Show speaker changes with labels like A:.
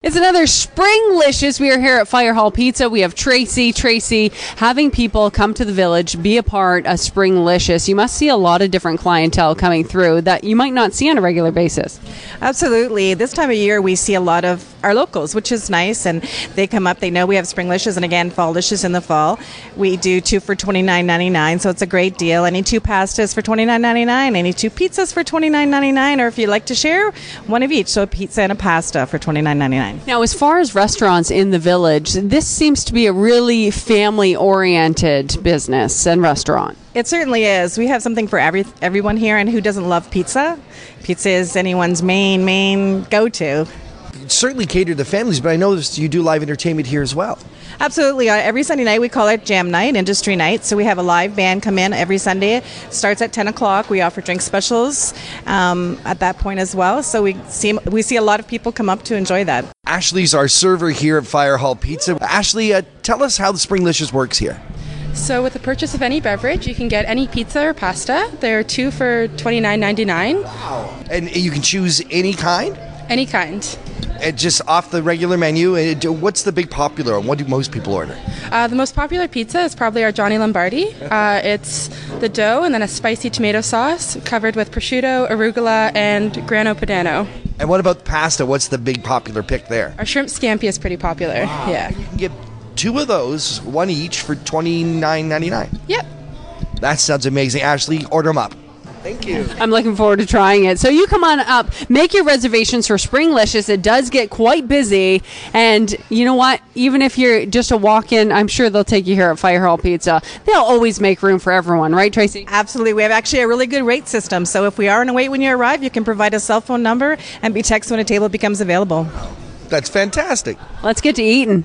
A: It's another Springlicious. We are here at Fire Hall Pizza. We have Tracy. Tracy having people come to the village, be a part of Springlicious. You must see a lot of different clientele coming through that you might not see on a regular basis.
B: Absolutely. This time of year, we see a lot of our locals, which is nice. And they come up, they know we have Springlicious and again, Falllicious in the fall. We do two for twenty nine ninety nine, so it's a great deal. Any two pastas for twenty nine ninety nine, any two pizzas for twenty nine ninety nine, or if you'd like to share, one of each. So a pizza and a pasta for twenty nine ninety nine.
A: Now, as far as restaurants in the village, this seems to be a really family oriented business and restaurant.
B: It certainly is. We have something for every everyone here, and who doesn't love pizza? Pizza is anyone's main main go to.
C: certainly cater to families, but I noticed you do live entertainment here as well.
B: Absolutely. Uh, Every Sunday night, we call it jam night, industry night. So we have a live band come in every Sunday. It starts at 10 o'clock. We offer drink specials um, at that point as well. So we see, we see a lot of people come up to enjoy that.
C: Ashley's our server here at Fire Hall Pizza. Ashley, uh, tell us how the Springlicious works here.
D: So with the purchase of any beverage, you can get any pizza or pasta. There are two for $29.99,
C: And you can choose any kind,
D: any kind.
C: uh, just off the regular menu. Uh, do- What's the big popular one? What do most people order?
D: Uh, the most popular pizza is probably our Johnny Lombardi. Uh, it's the dough and then a spicy tomato sauce covered with prosciutto, arugula, and grano padano.
C: And what about pasta? What's the big popular pick there?
D: Our shrimp scampi is pretty popular. Yeah.
C: You can get two of those, one each, for twenty nine ninety nine.
D: Yep.
C: That sounds amazing. Ashley, order them up. Thank you.
A: I'm looking forward to trying it. So you come on up, make your reservations for Springlicious. It does get quite busy, and you know what? Even if you're just a walk-in, I'm sure they'll take you here at Fire Hall Pizza. They'll always make room for everyone, right, Tracy?
B: Absolutely. We have actually a really good rate system. So if we are in a wait when you arrive, you can provide a cell phone number and be texted when a table becomes available.
C: That's fantastic.
A: Let's get to eating.